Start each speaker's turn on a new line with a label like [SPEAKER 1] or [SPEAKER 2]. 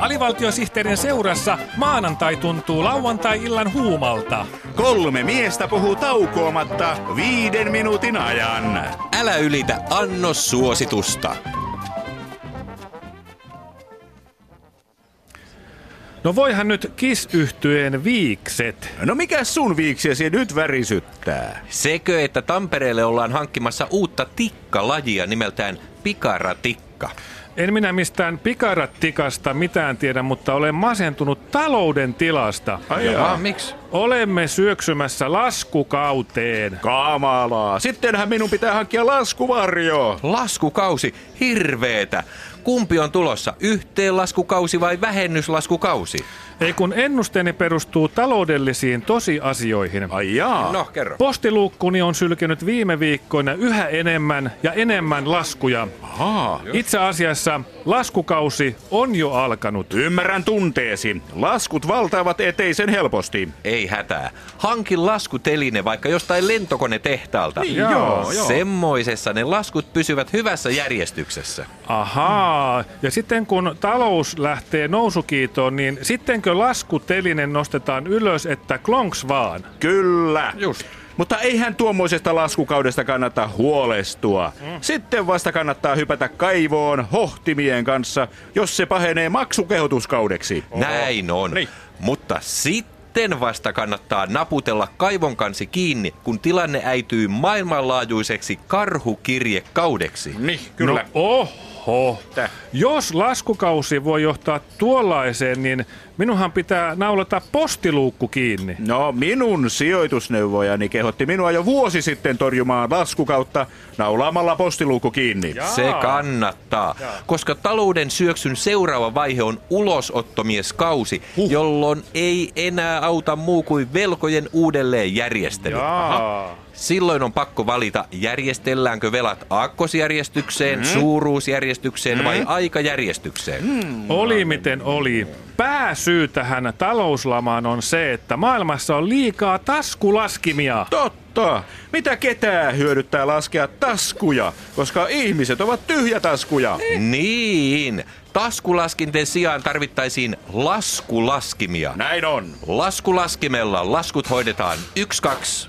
[SPEAKER 1] Alivaltiosihteerin seurassa maanantai tuntuu lauantai-illan huumalta.
[SPEAKER 2] Kolme miestä puhuu taukoamatta viiden minuutin ajan.
[SPEAKER 3] Älä ylitä annossuositusta.
[SPEAKER 1] No voihan nyt kisyhtyeen viikset.
[SPEAKER 2] No mikä sun viiksiesi nyt värisyttää?
[SPEAKER 3] Sekö, että Tampereelle ollaan hankkimassa uutta tikkalajia nimeltään pikaratikka?
[SPEAKER 1] En minä mistään pikaratikasta mitään tiedä, mutta olen masentunut talouden tilasta.
[SPEAKER 2] Ai jaa.
[SPEAKER 3] miksi?
[SPEAKER 1] Olemme syöksymässä laskukauteen.
[SPEAKER 2] Kamalaa. Sittenhän minun pitää hankkia laskuvarjo.
[SPEAKER 3] Laskukausi, hirveetä. Kumpi on tulossa, yhteenlaskukausi vai vähennyslaskukausi?
[SPEAKER 1] Ei kun ennusteeni perustuu taloudellisiin tosiasioihin.
[SPEAKER 2] Ai jaa.
[SPEAKER 3] No, kerro.
[SPEAKER 1] Postiluukkuni on sylkenyt viime viikkoina yhä enemmän ja enemmän laskuja.
[SPEAKER 2] Ahaa.
[SPEAKER 1] Itse asiassa laskukausi on jo alkanut.
[SPEAKER 2] Ymmärrän tunteesi. Laskut valtaavat eteisen helposti.
[SPEAKER 3] Ei hätää. Hankin laskuteline vaikka jostain lentokonetehtaalta.
[SPEAKER 2] Niin, joo, joo.
[SPEAKER 3] Semmoisessa ne laskut pysyvät hyvässä järjestyksessä.
[SPEAKER 1] Ahaa, ja sitten kun talous lähtee nousukiitoon, niin sittenkö laskutelinen nostetaan ylös, että klonks vaan?
[SPEAKER 2] Kyllä.
[SPEAKER 3] Just.
[SPEAKER 2] Mutta eihän tuommoisesta laskukaudesta kannata huolestua. Sitten vasta kannattaa hypätä kaivoon hohtimien kanssa, jos se pahenee maksukehotuskaudeksi.
[SPEAKER 3] Näin on.
[SPEAKER 2] Niin.
[SPEAKER 3] Mutta sitten vasta kannattaa naputella kaivon kansi kiinni, kun tilanne äityy maailmanlaajuiseksi karhukirjekaudeksi.
[SPEAKER 2] Niin,
[SPEAKER 1] No, oho.
[SPEAKER 2] Tää.
[SPEAKER 1] Jos laskukausi voi johtaa tuollaiseen, niin minunhan pitää naulata postiluukku kiinni.
[SPEAKER 2] No, minun sijoitusneuvojani kehotti minua jo vuosi sitten torjumaan laskukautta naulaamalla postiluukku kiinni.
[SPEAKER 1] Ja.
[SPEAKER 3] Se
[SPEAKER 1] Jaa.
[SPEAKER 3] kannattaa, koska talouden syöksyn seuraava vaihe on ulosottomieskausi, jolloin ei enää auta muu kuin velkojen uudelleenjärjestely.
[SPEAKER 1] Jaa.
[SPEAKER 3] Silloin on pakko valita, järjestelläänkö velat
[SPEAKER 1] Mm.
[SPEAKER 3] aakkosjärjestykseen, suuruusjärjestykseen vai aikajärjestykseen.
[SPEAKER 1] Oli miten oli. Pääsyy tähän talouslamaan on se, että maailmassa on liikaa taskulaskimia.
[SPEAKER 2] Totta! Mitä ketään hyödyttää laskea taskuja, koska ihmiset ovat tyhjätaskuja.
[SPEAKER 3] Niin, taskulaskinten sijaan tarvittaisiin laskulaskimia.
[SPEAKER 2] Näin on.
[SPEAKER 3] Laskulaskimella laskut hoidetaan yksi, kaksi.